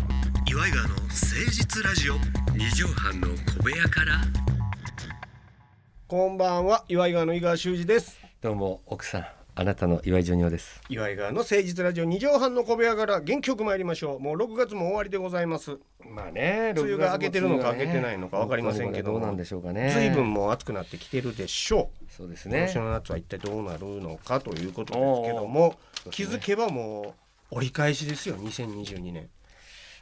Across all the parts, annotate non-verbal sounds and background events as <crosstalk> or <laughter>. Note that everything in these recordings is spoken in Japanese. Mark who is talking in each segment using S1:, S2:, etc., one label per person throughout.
S1: イガーの誠実ラジオ二畳半の小部屋から
S2: こんばんは岩井川の井川修司です
S3: どうも奥さんあなたの岩井ジョニ男です
S2: 岩井川の誠実ラジオ二畳半の小部屋から元気よく参りましょうもう6月も終わりでございます
S3: まあね
S2: 梅雨が明けてるのか明けてないのかわかりませんけど
S3: どうなんでしょうかね
S2: 随分もう暑くなってきてるでしょ
S3: そうです
S2: う、今
S3: ね
S2: 年の夏は一体どうなるのかということですけども、
S3: おー
S2: 気づけばもう折り返しですよ2022年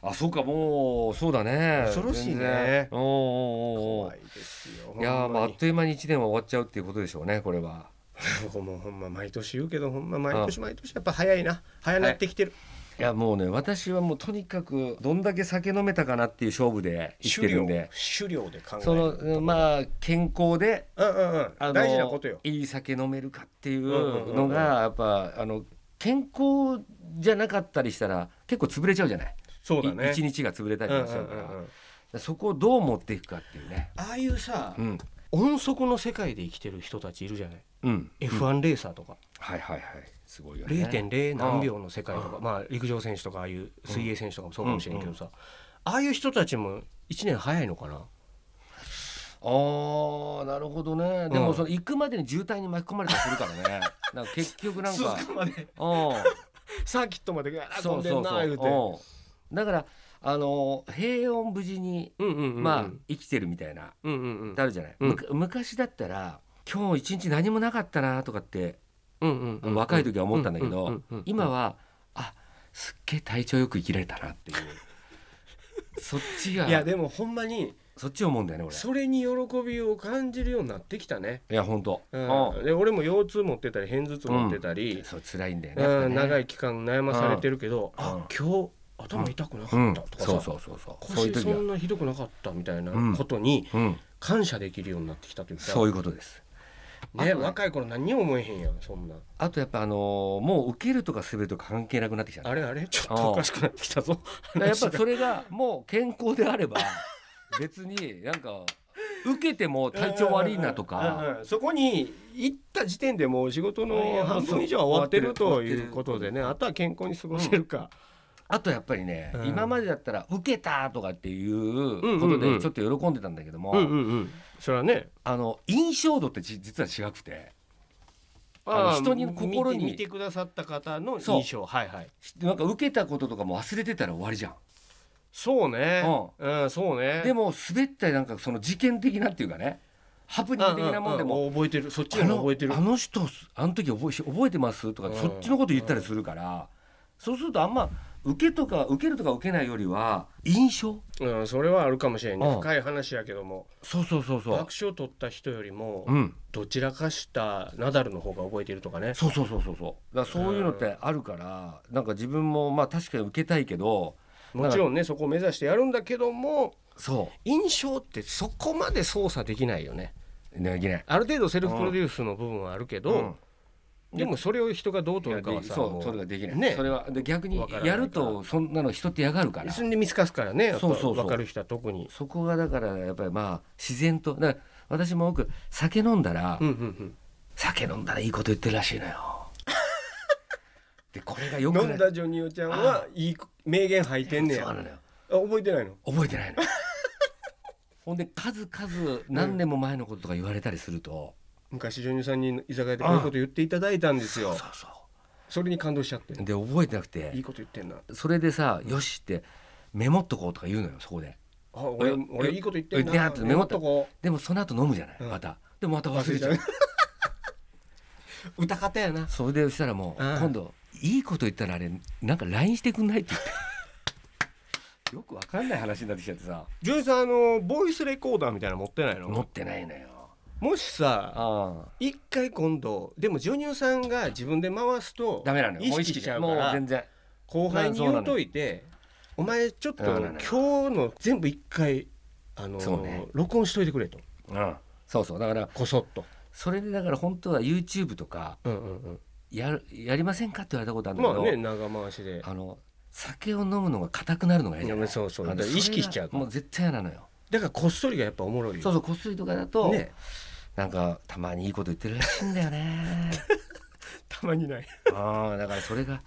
S3: あそうかもうそうだね
S2: 恐ろしいね
S3: 全然おうおうおうお
S2: 怖
S3: う
S2: いですよ
S3: いやーまああ
S2: ほんま
S3: っ
S2: に
S3: という間に一年は終わっちゃうっていうことでしょうねこれは
S2: 僕もほんま毎年言うけどほんま毎年毎年やっぱ早いな早なってきてる、
S3: いやもうね私はもうとにかくどんだけ酒飲めたかなっていう勝負で生きて
S2: 狩
S3: る
S2: 猟
S3: んで
S2: 狩猟で考える
S3: そのまあ健康で
S2: うんうんうん、
S3: あの
S2: 大事なことよ
S3: いい酒飲めるかってい
S2: んうんうんう
S3: うんのがやっぱあの健康じゃなかったりしたら結構潰れちゃうじゃない
S2: そう
S3: い
S2: だね
S3: 一、日が潰れた
S2: うん
S3: り
S2: うん
S3: もし
S2: う
S3: ちゃうから,、
S2: んうん
S3: そこをどう持っていくかっていうね
S2: ああいうさ、
S3: うん
S2: 音速の世界で生きてる人たちいるじゃない、
S3: うん、
S2: F1 レーサーとか、
S3: はいはいはいすごいよね
S2: 0.0何秒の世界とか、まあ、陸上選手とかああいう水泳選手とかもそうかもしれんけどさ、ああいう人たちも1年早いのかな
S3: あーなるほどねでもその行くまでに渋滞に巻き込まれたりするから
S2: <laughs>
S3: ねなんか結局なんか
S2: 鈴鹿まで <laughs>
S3: う
S2: サーキットまで
S3: ん
S2: 飛
S3: そ
S2: ん
S3: う
S2: で
S3: そ
S2: ん
S3: う
S2: な
S3: そう
S2: 言うて
S3: うんだからあの平穏無事に、
S2: うんうんうんうん
S3: まあ生きてるみたいな
S2: うんうんうん
S3: ってあるじゃない、
S2: うん
S3: むか昔だったら今日一日何もなかったなとかって
S2: うんうんうん
S3: 若い時は思ったんだけ
S2: うんう
S3: ど
S2: んうんうん
S3: 今はあすっげえ体調よく生きられたなっていうそっちが
S2: いやでもほんまに
S3: そっちを思うんだよね俺
S2: それに喜びを感じるようになってきたね、
S3: いやほんと、
S2: う
S3: うん
S2: ん、で俺も腰痛持ってたり片頭痛持ってたり、
S3: そう辛いんだよねやっ
S2: う
S3: ぱ
S2: ん、
S3: ね
S2: 長い期間悩まされてるけど、
S3: うんうん
S2: あ今日頭痛くな
S3: う
S2: かっ
S3: ん
S2: たとかさ、
S3: そうそうそうそうそういう
S2: 腰
S3: 時は
S2: そんなひどくなかったみたいな
S3: うん
S2: ことに
S3: うん
S2: 感謝できるようになってきたというか、
S3: そういうことですあと
S2: ね、
S3: ね
S2: 若い頃何にも思えへんやんそんな
S3: あとやっぱあのーもう受けるとかするとか関係なくなってきたね
S2: あれあれちょっとおかしくなってきたぞ
S3: だ <laughs> からやっぱそれがもう健康であれば <laughs> 別になんか受けても体調悪いなとか
S2: うんうんうんそこに行った時点でもう仕事の半分以上は終わってるということでねあとは健康に過ごせるか、
S3: あとやっぱりね、
S2: うん
S3: 今までだったら「受けた!」とかってい
S2: んうん
S3: うこと
S2: うん
S3: でちょっと喜んでたんだけども、
S2: んうんそれはね
S3: あの印象度ってじ実は違くてあの人に心に
S2: 見て見てくださった方の
S3: そう
S2: 印象はいはい
S3: しなんか受けたこととかも忘れてたら終わりじゃん。
S2: そうねうんそうね
S3: でも滑ったりなんかその事件的なっていうかねハプニング的なもんで
S2: う
S3: も。
S2: う覚えてるそっち
S3: あ
S2: の方が
S3: の
S2: 覚えてる
S3: あの人あの時覚えし覚えてますとか、
S2: うん
S3: そっちのこと言ったりするからそうするとあんま受けとか受けるとか受けないよりは印象
S2: うん、それはあるかもしれんね、
S3: うん
S2: 深い話やけども
S3: そうそうそうそ
S2: 爆
S3: う、
S2: 笑取った人よりも
S3: うん、
S2: どちらかしたナダルの方が覚えてるとかね
S3: そうそうそうそうそうだからそういうのってあるからなんか自分もまあ確かに受けたいけど
S2: もちろんねそこを目指してやるんだけども
S3: そ
S2: 印象ってそこまで操作できないよね
S3: うねぎね
S2: ある程度セルフプロデュースの部分はあるけど、
S3: うん
S2: でもそれを人がどう取るかはさ
S3: そう
S2: も
S3: それができない、
S2: ね
S3: それはで逆に
S2: わからない
S3: やるとそんなの人って嫌がるから
S2: それで見透かすからねやっ
S3: そ
S2: ぱ
S3: うそうそう
S2: 分かる人は特に
S3: そこがだからやっぱりまあ自然とだから私もよく酒飲んだら、
S2: うんうん
S3: 酒飲んだらいいこと言ってるらしいのよでこれがよ
S2: う
S3: く
S2: ん、
S3: ない
S2: 飲んだジョニオちゃんはいい名言吐いてんね
S3: そ
S2: や
S3: うな
S2: あ
S3: のよ
S2: 覚えてないの
S3: 覚えてないのほんで数々何年も前のこととか言われたりすると、
S2: 昔ジョニオさんに居酒屋でこういうこと言っていただいたんですよ
S3: そうそ
S2: それに感動しちゃって
S3: うで覚えてなくて
S2: いいこと言ってんな
S3: それでさ「よし」ってメモっとこうとか言うのよそこで
S2: あ俺
S3: え
S2: 俺
S3: え
S2: いいこと言ってん
S3: 言っ
S2: な
S3: てなってメモっと
S2: こ
S3: でもその後飲むじゃない、
S2: うん
S3: またでもまた忘れちゃう
S2: 忘れう歌方やな
S3: それでしたらもう、
S2: うん
S3: 今度いいこと言ったらあれなんか LINE してくんないって言 <laughs> ってよくわかんない話になってきちゃってさ
S2: ジョイさんあのボイスレコーダーみたいなの持ってない
S3: 持
S2: の
S3: ってないのよ
S2: もしさ
S3: あ
S2: 一回今度でもジョニオさんが自分で回すと
S3: ダメなのよ
S2: 意識しちゃうか
S3: もう
S2: ら
S3: 全然
S2: 後輩に言うといてお前ちょっと
S3: うん
S2: 今日の全部一回あの
S3: そうね
S2: 録音しといてくれと
S3: うんそうそうだから
S2: こそっと
S3: それでだから本当は YouTube とか
S2: うんうん
S3: やるやりませんかって言われたことあ
S2: う
S3: る
S2: ん
S3: んだ
S2: ま
S3: けど、
S2: あね長回しで
S3: あの酒を飲むのが硬くなるのが嫌じゃ
S2: い
S3: な
S2: や
S3: い
S2: そうそう
S3: あの
S2: だから意識しちゃう
S3: それがもう絶対嫌なのよ
S2: だからこっそりがやっぱおもろいよ
S3: そうそうこっそりとかだと、
S2: ね <laughs>
S3: なんかたまにいいこと言ってるらしいんだよね
S2: たまに <laughs> ない
S3: ああだからそれが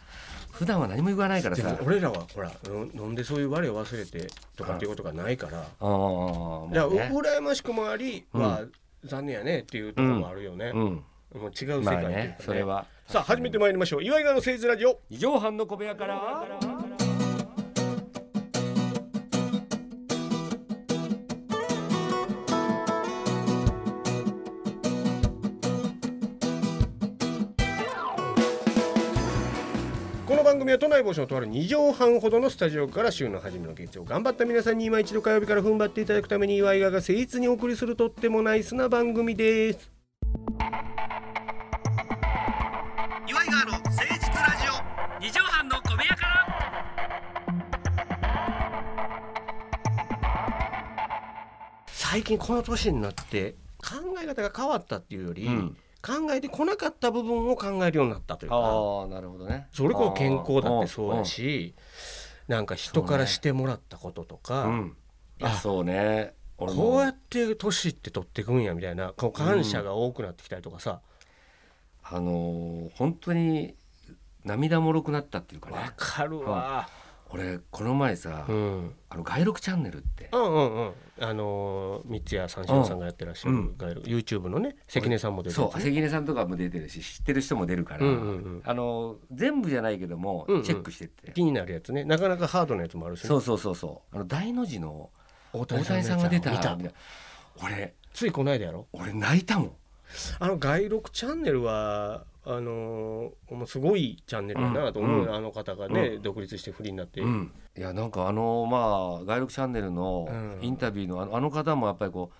S3: 普段は何も言わないから
S2: で
S3: さ
S2: も俺らはほらの飲んでそういう我を忘れてとかっていうことがないから
S3: ああもう
S2: だから
S3: ね
S2: う羨ましくもあり
S3: うん
S2: まあ残念やねっていうところもあるよね
S3: う、ん
S2: もう違う世界っていうか
S3: まあ
S2: ね,、
S3: ねそれは
S2: さあ始めてまいりましょう岩井川の政治ラジオ
S3: 二畳半の小部屋から
S2: この番組は都内某所のとある2畳半ほどのスタジオから週の初めの月曜頑張った皆さんに今一度火曜日から踏ん張っていただくために岩井川が誠実にお送りするとってもナイスな番組です
S1: 岩井川の誠実ラジオ
S4: 二畳半の小部屋から
S2: 最近この年になって考え方が変わったっていうより、
S3: うん
S2: 考えてこなかった部分を考えるようになったというか
S3: ああなるほどね
S2: それこそ健康だってそうやしなんか人からしてもらったことと
S3: あ
S2: か、
S3: ーうんいや
S2: あ
S3: そうね俺も
S2: こうやって年って取ってくんやみたいなこう感謝が多くなってきたりとかさ、
S3: あのー本当に涙もろくなったっていうか
S2: わ
S3: ね
S2: かるわ、
S3: 俺この前さ、
S2: うん、
S3: あの外録チャンネルって
S2: うんうんうんあのー三ツ谷三四郎さんがやってらっしゃる、
S3: うん
S2: ガイル YouTube のね関根さんも出てる
S3: そ
S2: やつ
S3: う
S2: ね
S3: 関根さんとかも出てるし知ってる人も出るから、
S2: うんうんうん
S3: あの全部じゃないけども
S2: うんうん
S3: チェックしてって、
S2: 気になるやつねなかなかハードなやつもあるしね、
S3: そうそうそうそうあの大の字の
S2: 大
S3: 大谷さんが出た
S2: 見
S3: みたいな俺
S2: ついこの間やろ
S3: 俺泣いたもん
S2: あの「外録チャンネルは」あのーもうすごいチャンネルだなと思う、
S3: うん
S2: あの方がね、独立してフリーになって、
S3: うん、いやなんかあのまあ外録チャンネルの
S2: うん
S3: インタビューのあのあの方もやっぱりこ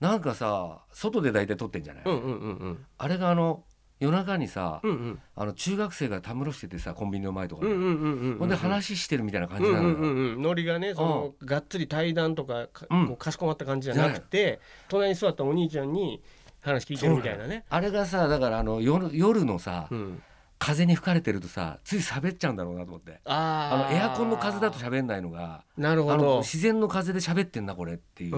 S3: うなんかさ外で大体撮ってんじゃない、
S2: うんうんうんうん
S3: あれがあの夜中にさ、
S2: うんうん
S3: あの中学生がたむろしててさコンビニの前とか
S2: う
S3: で、
S2: んうんうんうん
S3: ほんで話してるみたいな感
S2: う
S3: じ
S2: ん
S3: な
S2: う
S3: のよ、
S2: んうんうんノリがねそのがっつり対談とかか,、
S3: うん
S2: こうかしこまった感じじゃなくて隣に座ったお兄ちゃんに話聞いてるみたいなね。
S3: あれがさだからあの夜夜のさ、
S2: うん、
S3: 風に吹かれてるとさつい喋っちゃうんだろうなと思ってあ
S2: あ
S3: のエアコンの風だと喋んないのが
S2: なる
S3: あ
S2: ほ
S3: の
S2: ど
S3: 自然の風で喋ってんなこれっていう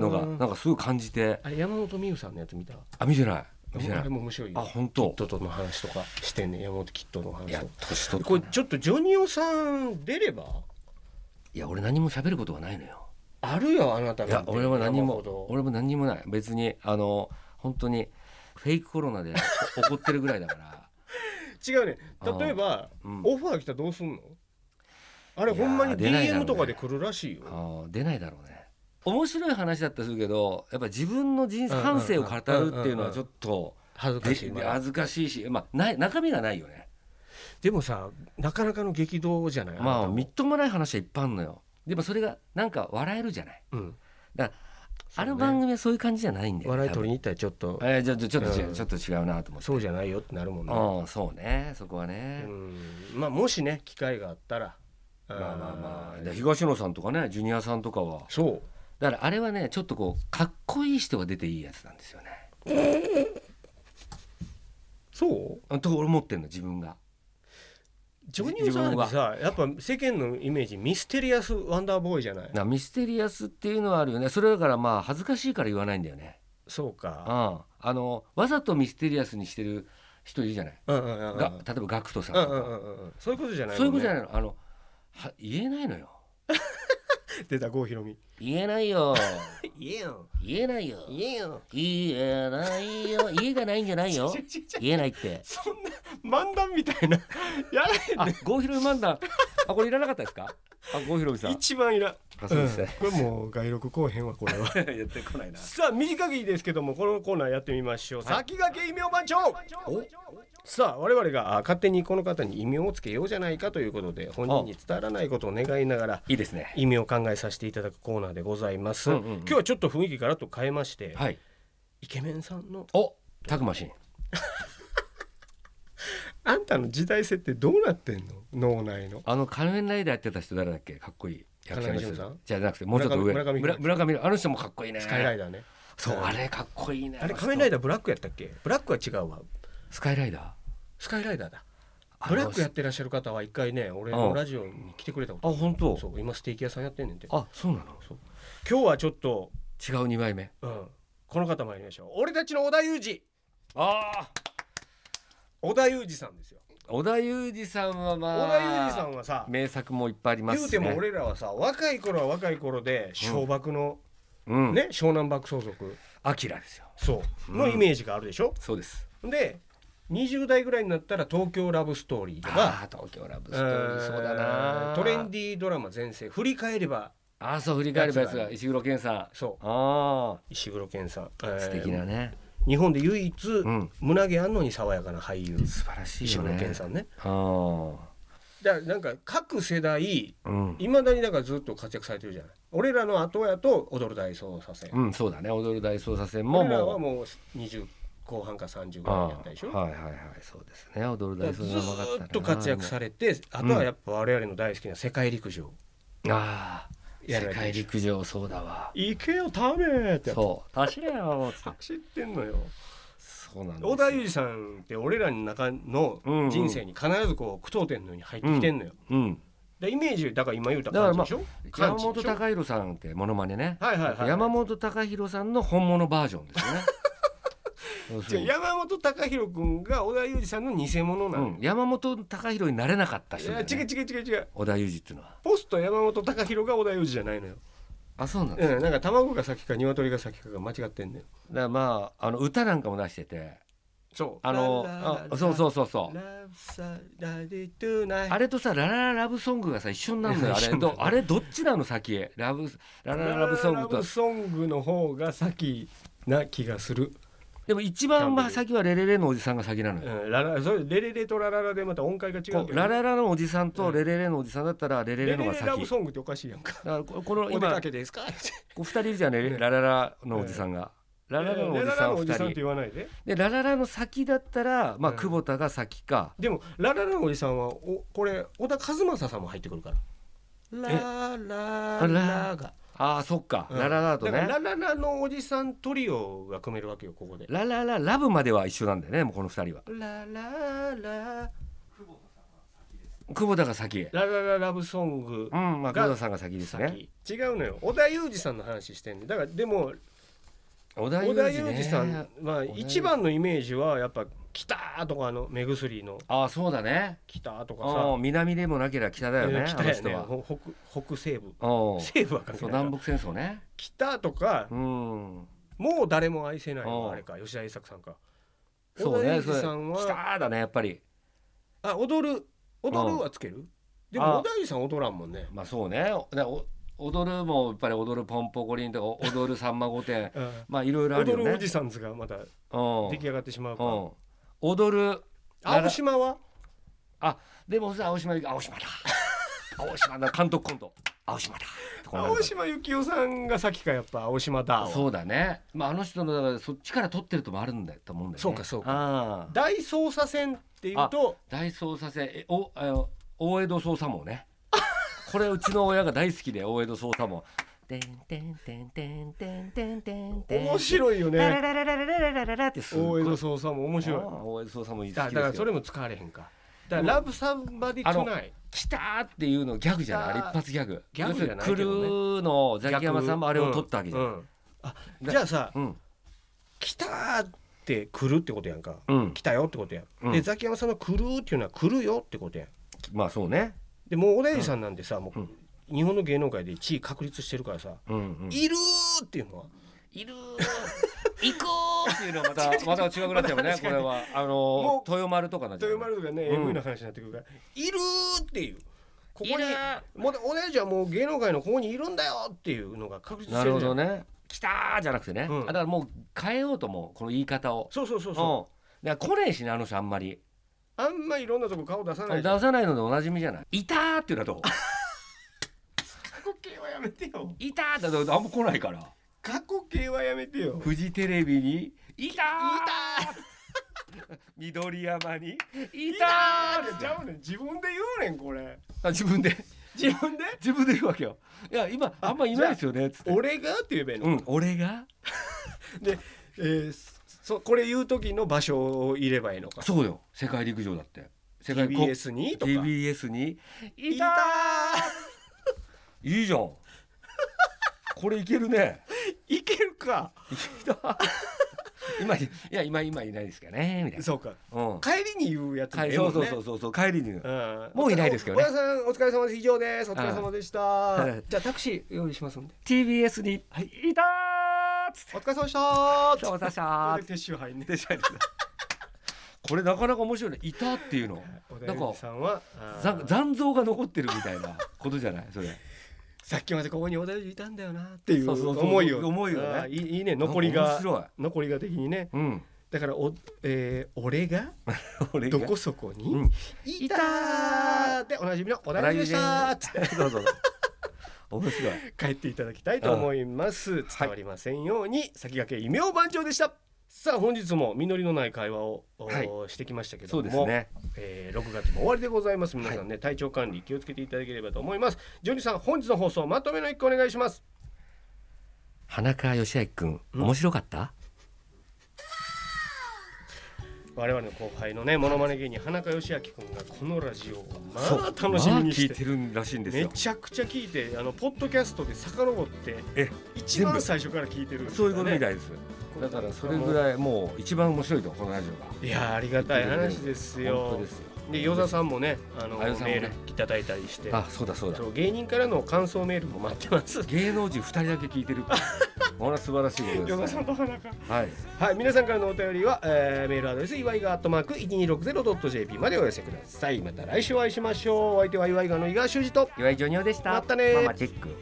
S3: の
S2: の
S3: がなんかすごい感じて
S2: あれ山本美優さんのやつ見た
S3: あ見てない見てな
S2: あ
S3: い
S2: れも面白い
S3: あ
S2: よ
S3: 本当
S2: キットとの話とかしてんね山本キットの
S3: い
S2: 話
S3: や
S2: とか
S3: 年取っ
S2: これ
S3: て
S2: ちょっとジョニオさん出れば
S3: いや俺何も喋ることがないのよ
S2: あるよあなた
S3: いや俺は何
S2: 山ほど
S3: も俺も何もない別にあの本当にフェイクコロナで <laughs> 怒ってるぐらいだから
S2: 違うね例えば、
S3: うん
S2: オファー来たらどうすんのあれ
S3: いや
S2: ほ
S3: ー
S2: んまに
S3: 出ないだろう
S2: DM
S3: ね
S2: とかで来るらしいよ、
S3: あー出ないだろうね面白い話だったりするけどやっぱ自分の人生
S2: うんうんうん
S3: 反省を語るっていうのはちょっと
S2: 恥ず
S3: で
S2: かしいまだ
S3: 恥ずかしいしまあない中身がないよね
S2: でもさなかなかの激動じゃない
S3: ま
S2: な
S3: あ
S2: たも
S3: みっともない話はいっぱいあるのよでもそれがなんか笑えるじゃない
S2: うん
S3: あ
S2: そう
S3: の
S2: ね
S3: 番組はそういう感じじゃないんだよ
S2: 笑い取り
S3: に
S2: に行ったらちょっと
S3: えーじゃあじゃあちょっと違う、
S2: うん
S3: ちょっと違うなと思って
S2: そうじゃないよってなるもんね
S3: うんそうねそこはね、
S2: うんまあもしね機会があったらま
S3: まあまあまあで東野さんとかねジュニアさんとかは
S2: そう
S3: だからあれはねちょっとこうかっこいい人が出ていいやつなんですよね
S2: そう
S3: あと俺思ってんの自分が
S2: ジョニオさんっ
S3: 自
S2: て
S3: 分
S2: さやっぱ世間のイメージミステリアスワンダーボーイじゃない
S3: なミステリアスっていうのはあるよねそれだからまあ恥ずかしいから言わないんだよね
S2: そうか
S3: うんあのわざとミステリアスにしてる人いるじゃない
S2: うんうんうんうん
S3: が例えばガクトさん
S2: う
S3: と
S2: ん
S3: か、
S2: うんうんうんそういうことじゃない
S3: そういうことじゃ
S2: い
S3: ないのあのは言えないのよ
S2: 出た郷ひろみ
S3: 言えない <laughs> よ
S2: 言えよ
S3: 言えないよ
S2: 言えよ
S3: 言えないよ家がないんじゃないよ言えないって
S2: そんな漫談みたいなや
S3: あ郷ひろみ漫談あこれいらなかったですかあ郷ひろみさ
S2: ら
S3: ん
S2: 一番いらん
S3: あそうですね
S2: んこれもう外録後編はこれは
S3: やってこないな
S2: <laughs> さあ短きですけどもこのコーナーやってみましょう、先駆け異名番長おさあ我々があ勝手にこの方に異名をつけようじゃないかということで本人に伝わらないことを願いながら
S3: いいですね
S2: 意味を考えさせていただくコーナーでございます、
S3: うんうんうん
S2: 今日はちょっと雰囲気ガラッと変えまして、
S3: はい
S2: イケメンさんの
S3: おたくましん
S2: あんたの時代設定どうなってんの脳内の
S3: あの仮面ライダーやってた人誰だっけかっこいい役者の
S2: 金井
S3: 人
S2: 淳さん
S3: じゃなくてもうちょっと上
S2: 村上
S3: 村村上あの人もかっこいいね
S2: スカイライダーね
S3: そう
S2: うん
S3: あれかっこいいね
S2: あれ仮面ライ
S3: ダー
S2: ダーブラックやったっけブラックは違うわ
S3: スカイライダー
S2: スカイライダーだ
S3: あ
S2: ブラックやっ
S3: あ
S2: てらっしゃる方は一回ね俺のラジオに来てくれたこと
S3: 本当
S2: そう今ステーキ屋さんやってんねんて
S3: あそうなの
S2: 今日はちょっと、
S3: 違う二枚目
S2: うん、この方参りましょう俺たちの織田裕二
S3: ああ
S2: 織田裕二さんですよ
S3: 織田裕二さんはまあ
S2: 織田裕二さんはさ
S3: 名作もいっぱいあります
S2: 言う
S3: してね
S2: も俺らはさ若い頃は若い頃で小幕の、
S3: うん
S2: ね湘南幕相続
S3: アキラですよ
S2: そうのイメージがあるでしょ、
S3: そうです
S2: で20代ぐらいになったら「東京ラブストーリー」と
S3: あ
S2: か
S3: あ東京ラブストーリーそうだな
S2: えートレンディードラマ全盛振り返れば
S3: ああそう振り返ればやつ
S2: やつ
S3: が
S2: が
S3: 石黒健さんあ
S2: そう
S3: あ
S2: 石黒健さん、え
S3: ー
S2: ー
S3: 素敵なね
S2: 日本で唯一、
S3: ん
S2: 胸毛あんのに爽やかな俳優
S3: 素晴らしい
S2: 石
S3: よ
S2: 黒
S3: ね
S2: 健さんね
S3: ああ
S2: だからなんか各世代
S3: うん
S2: いまだにだからずっと活躍されてるじゃない俺らの後やと「踊る大捜査線」
S3: うんそうだね踊る大捜査線も
S2: 俺ら
S3: も
S2: は
S3: う
S2: もう20後半か30ぐらいや
S3: あ
S2: ったでし
S3: あ
S2: ょ
S3: はいはいはいそうですね踊る
S2: だ
S3: 大
S2: からず
S3: 捜査線も上
S2: ーっと活躍されてあとはやっぱ我々の大好きな世界陸上
S3: ああ
S2: や
S3: 世
S2: られてる
S3: 界陸上そうだわ
S2: 行けよタメってやつ
S3: そう走れよつって
S2: 走ってんのよ
S3: そうなんですよ
S2: 小田裕二さんって俺らの中の
S3: うんうん
S2: 人生に必ずこう句読点のように入ってきてんのよ、
S3: うん
S2: でイメージだから今言うた感じでしょ、
S3: 山
S2: 漢字
S3: 本
S2: でしょ
S3: 隆弘さんってモノマネね、
S2: はいはいはい
S3: 山本隆弘さんの本物バージョンですね要す
S2: じ
S3: る
S2: ゃあ
S3: に
S2: 山本貴弘君が小田裕二さんの偽物な
S3: う
S2: の、
S3: ん、山本隆弘になれなかった
S2: い
S3: 人だ
S2: や
S3: よ
S2: 違う
S3: ね
S2: 違う違う違う
S3: 織田裕二っていうのは
S2: ポスト山本貴弘が小田裕二じゃないのよ、
S3: あそうなんだ、
S2: うん、なんか卵が先か鶏が先かが間違ってんのよ
S3: だからまああの歌なんかも出してて
S2: そう
S3: あのあそうそうそうそう
S2: ラブサラディトゥナイ
S3: あれとさララララブソングがさ一緒になるのよあ
S2: 一緒
S3: れ
S2: になる
S3: どあれどっちなの先へラブララララブソング
S2: ラ
S3: と
S2: ブソングの方が先な気がする、
S3: でも一番まあ先はレレレのおじさんが先なの
S2: う
S3: よ、
S2: ん、ララそれレレレとラララでまた音階が違うけど
S3: こうラララのおじさんとレレレのおじさんだったらレレ
S2: レレ
S3: レの
S2: レ
S3: が
S2: ラ
S3: 先
S2: ブソングっておかしいやんか
S3: だからここの
S2: お出か
S3: 今
S2: けですか
S3: こう二人いるじゃんねラララのおじさんが、ラララのおじ
S2: ラ
S3: さ
S2: ラ
S3: ん
S2: の
S3: は
S2: お
S3: 二
S2: じさんっ
S3: 人
S2: て言わないで
S3: でラララの先だったらまあ
S2: うん
S3: 久保田が先か、
S2: でもラララのおじさんはおこれ小田和正さんも入ってくるから
S3: え
S2: ララ
S3: ラ
S2: ラが、
S3: ああそっか、
S2: うん
S3: ラララと
S2: だから
S3: ね
S2: ラララのおじさんトリオが組めるわけよここで
S3: ララララブまでは一緒なんだよねもうこの二人は
S2: ラララ
S3: 久保田が先へ
S2: ララララブソング
S3: うんまあ
S2: が
S3: 久保田さんが先ですね
S2: 先違うのよ織田裕二さんの話してんねだからでも
S3: 小田
S2: 織
S3: 裕
S2: 田
S3: 二
S2: 裕
S3: ね
S2: 二さんまあ
S3: 裕二
S2: 一番のイメージはやっぱ「来た!」とかあの目薬の
S3: ああそうだね
S2: 「来た!」とか
S3: ああ
S2: さ
S3: 南でもなければ北だよね
S2: 来
S3: あ
S2: た
S3: の
S2: や
S3: 人
S2: ね
S3: は
S2: ほ北北西部
S3: お
S2: 西部は関係
S3: そう
S2: ない
S3: 南北戦争ね
S2: 来たとか
S3: うん
S2: もう誰も愛せないの
S3: うん
S2: あれか吉田栄作さんか
S3: そうねそ
S2: 小田裕
S3: れ
S2: 二さんは
S3: 北だねやっぱり
S2: あ踊る踊るはつけるで
S3: あ
S2: も小田裕二さん踊らんもんね
S3: まあそうねおだお踊るもやっぱり踊るポンポコリンとか踊るさんま御殿 <laughs>
S2: うん
S3: まあいろいろある
S2: 踊
S3: よね
S2: るおじさんズがまだ
S3: うん
S2: 出来上がってしまう
S3: う
S2: か
S3: ん踊るあ
S2: 青島は
S3: あでもさ青島行く青島だ <laughs> 青島だ監督コント青島だとかなるから
S2: 青島由紀夫さんが先かやっぱ青島だ
S3: そうだねまああの人のだからそっちから取ってるともあるんだと思うんだよね
S2: そうかそうか
S3: ああ
S2: 大捜査線っていうと
S3: 大捜査線えおあの大江戸捜査網ねこれうちの親が大好きで大江戸捜査網てんてんてんてんてんてんてんてん
S2: 面白いよ
S3: ララ
S2: ね
S3: ラララララララララってすご
S2: 大江
S3: い
S2: 戸捜査も面白い
S3: ああ大江戸捜査網いい好
S2: だ
S3: きで
S2: だから
S3: す
S2: そ
S3: よ
S2: れも使われへんかだからラブサンバディトゥナイ
S3: 来たーっていうのギャグじゃない
S2: 来
S3: 一
S2: たー
S3: 発ギャグ
S2: ギャグじゃないけどね
S3: 要するにクルーのザキヤマさんもあれを取ったわけじゃん、
S2: うんあじゃあさ
S3: うん
S2: 「来た!」って来るってことやんか
S3: うん
S2: 来たよってことやん、
S3: うん
S2: でザキヤマさんの「来る」っていうのは「来るよ」ってことやん
S3: まあそうね
S2: でもう小田井さんなんてさ、もう、
S3: うん
S2: 日本の芸能界で地位確立してるからさ「
S3: うんうん
S2: いる!」っていうのはい
S4: る行こう
S3: っていうのはまたまた違くなっちゃうよねこれはあの
S2: もう
S3: 豊丸とかなんじゃない
S2: 豊丸とかね、
S3: うん
S2: AV の話になってくるから「いる!」っていうここに
S4: いる
S2: もう小田井ちゃんもう芸能界のここにいるんだよっていうのが確立してるじ
S3: な
S2: ゃ
S3: んるほどね来たーじゃなくてね、
S2: うん
S3: あだからもう変えようと思うこの言い方を
S2: そうそうそううそ
S3: んだから来ねえしねあの人あんまり
S2: うあんまいろんなとこ顔出さない
S3: 出さないのでおなじみじゃないいたーっていうのはどう
S2: 過去形はやめてよ
S3: いたーってのはあんま来ないから
S2: 過去形はやめてよ
S3: フジテレビに「いた <laughs> ー緑山に「い
S2: い
S3: た
S2: た
S3: ー!」
S2: ーってちゃうねん自分で言うねんこれ
S3: あ自分で
S2: 自分で
S3: 自分で言うわけよいや今あんまいないですよねつって
S2: 俺がって言えばいいの、
S3: うん俺が
S2: で、えー、そこれ言う時の場所を入ればいいのか
S3: そうよ世界陸上だって世界
S2: TBS にとか
S3: TBS に「い
S2: い
S3: た
S2: た
S3: ー!」いいじゃんこれいけるね
S2: ーいけるか
S3: いたー今いや今今いないですかねみたいな
S2: そうか
S3: うん
S2: 帰りに言うやつも
S3: かい
S2: ええ
S3: そ
S2: も
S3: うん
S2: ね
S3: そうそうそうそう帰りに
S2: うん
S3: もういないですけどね
S2: お母さんお疲れ様です以上ですお疲れ様でした、
S3: うん
S2: じゃあタクシー用意しますんで
S3: TBS に「いたー!」っつって
S2: お疲れ様でした
S3: 「どうさし
S2: こ
S3: ゃ
S2: れ
S3: ー」
S2: で撤収杯ね
S3: でしゃこれなかなか面白いね「いた」っていうの
S2: お
S3: なん
S2: だ
S3: か
S2: りさんはあー
S3: 残残像が残ってるみたいなことじゃないそれ
S2: さっきまでここにおだりいたんだよなっていう
S3: そうそうそう
S2: 思いを
S3: 思いをね
S2: あーいいいいね残りが
S3: 面白い
S2: 残りが的にね
S3: うん
S2: だからお、えー、俺が
S3: 俺が
S2: どこそこ
S3: う
S2: に
S3: ん
S2: いたーでおなじみのおだりでしたーっつって
S3: そうそう面白い
S2: 帰っていただきたいと思います伝わりませんように、先駆け夢を番長でしたさあ本日も実りのない会話を、おーしてきましたけど
S3: そ
S2: も
S3: うですね
S2: えー6月も終わりでございます皆さんね、体調管理気をつけていただければと思いますジョニーさん本日の放送まとめの一個お願いします
S3: 花川義明君面白かった
S2: 我々の後輩のねモノマネ芸人花川義明くんがこのラジオをま
S3: そう
S2: あ楽しみにし
S3: まあ聞い
S2: て
S3: てるらしいんです
S2: め
S3: よ
S2: ちゃくちゃ聞いてあのポッドキャストで遡って
S3: え
S2: 一番
S3: 全部
S2: 最初から聞いてる、
S3: そういうことみ
S2: ね
S3: たいですだからそれぐらいもう一番面白いとこのラジオ
S2: いやーありがたい話です
S3: が本
S2: よ
S3: 当ですよ
S2: で与座さんもねあの
S3: あ与座さんも
S2: メ
S3: ね
S2: ールいただいたりして
S3: あそうだそうだ
S2: そう芸人からの感想メールも待ってます
S3: <laughs> 芸能人二人だけ聞いて
S2: <laughs>
S3: るっていうこれは素晴らしいこと
S2: 与
S3: で
S2: 座
S3: す
S2: さんと花川
S3: はい
S2: はい、皆さんからのお便りは、えーメールアドレス祝いがアットマーク 1260.jp までお寄せくださいまた来週お会いしましょうお相手は祝いがの井川修司と
S3: 岩井ジョニオでした
S2: またね
S3: ママチェック
S2: 「